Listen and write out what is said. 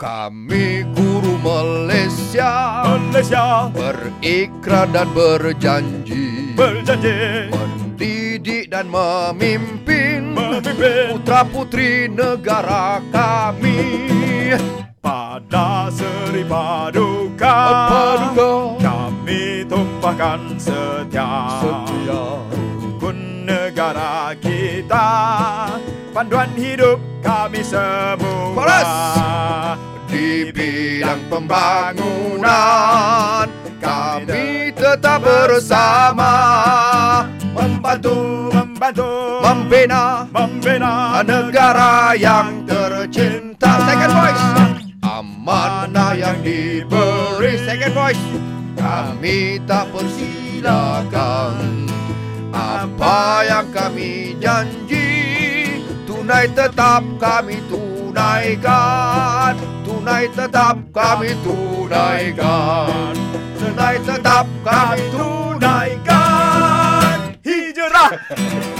Kami guru Malaysia Malaysia Berikrar dan berjanji berjanji Mendidik dan memimpin memimpin Putra putri negara kami pada Seri Paduka. Paduka Kami tumpahkan setia, setia kun negara kita. Panduan hidup kami semua. Chorus. Di bidang pembangunan Kami tetap bersama Membantu membantu Membina membina negara yang tercinta Second voice Amanah yang diberi Second voice Kami tak persilakan Apa yang kami janji Tunai tetap kami tunaikan Tunai tetap kami tunaikan Tunai tetap kami tunaikan Hijrah